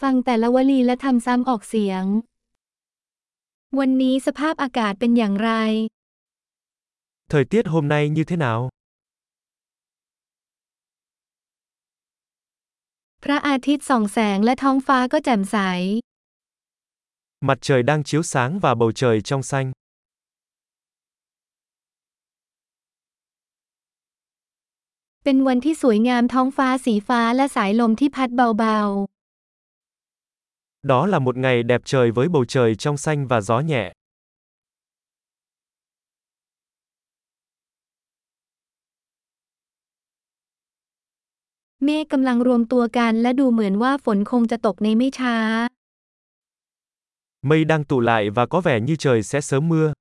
ฟังแต่ละวลีและทำซ้ำออกเสียง วันนี้สภาพอากาศเป็นอย่างไร Thời tiết hôm nay như thế nào? พระอาทิตย์ส่องแสงและท้องฟ้าก็แจ่มใส Mặt trời đang chiếu sáng và bầu trời trong xanh. เป็นวันที่สวยงามท้องฟ้าสีฟ้าและสายลมที่พัดเบา Đó là một ngày đẹp trời với bầu trời trong xanh và gió nhẹ. ๆ เมฆกำลังรวมตัวกันและดูเหมือนว่าฝนคงจะตกในไม่ช้า Mây đang tụ lại và có vẻ như trời sẽ sớm mưa.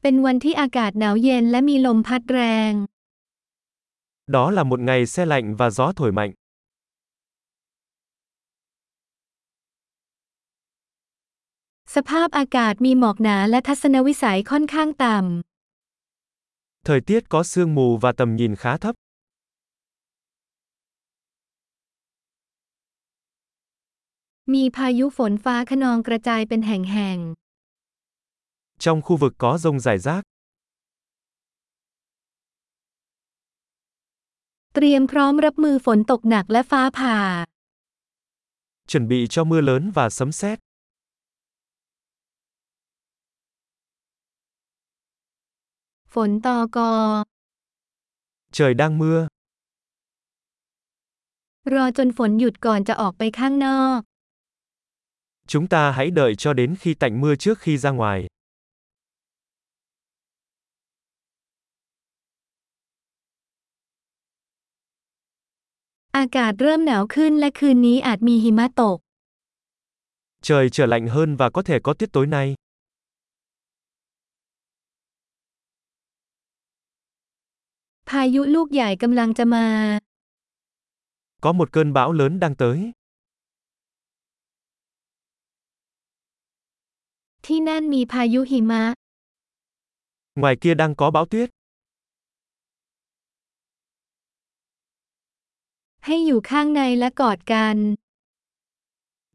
เป็นวันที่อากาศหนาวเย็นและมีลมพัดแรง Đó là một ngày se lạnh và gió thổi mạnh. สภาพอากาศมีหมอกหนาและทัศนวิสัยค่อนข้างต่ Thời tiết có sương mù và tầm nhìn khá thấp. ำ มีพายุฝนฟ้าคะนองกระจายเป็นแห่ง Trong khu vực có rông rải rác, ๆ เตรียมพร้อมรับมือฝนตกหนักและฟ้าผ่า chuẩn bị cho mưa lớn và sấm sét. ฝนตอกอ Trời đang mưa, รอจนฝนหยุดก่อนจะออกไปข้างนอก chúng ta hãy đợi cho đến khi tạnh mưa trước khi ra ngoài. อากาศเริ่มหนาวขึ้นและคืนนี้อาจมีหิมะตก Trời trở lạnh hơn và có thể có tiết tối nay. พายุลูกใหญ่กำลังจะมา Có một cơn bão lớn đang tới. ที่นั่นมีพายุหิมะ Ngoài kia đang có bão tuyết. ให้อยู่ข้างในและกอดกัน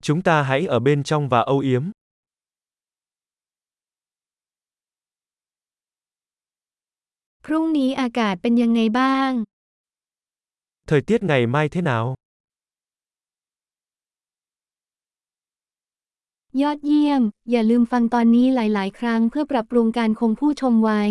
Chúng ta hãy ở bên trong và âu yếm. พรุ่งนี้อากาศเป็นยังไงบ้าง Thời tiết ngày mai thế nào? ยอดเยี่ยม อย่าลืมฟังตอนนี้หลาย ๆ ครั้งเพื่อปรับปรุงการคงผู้ชมไว้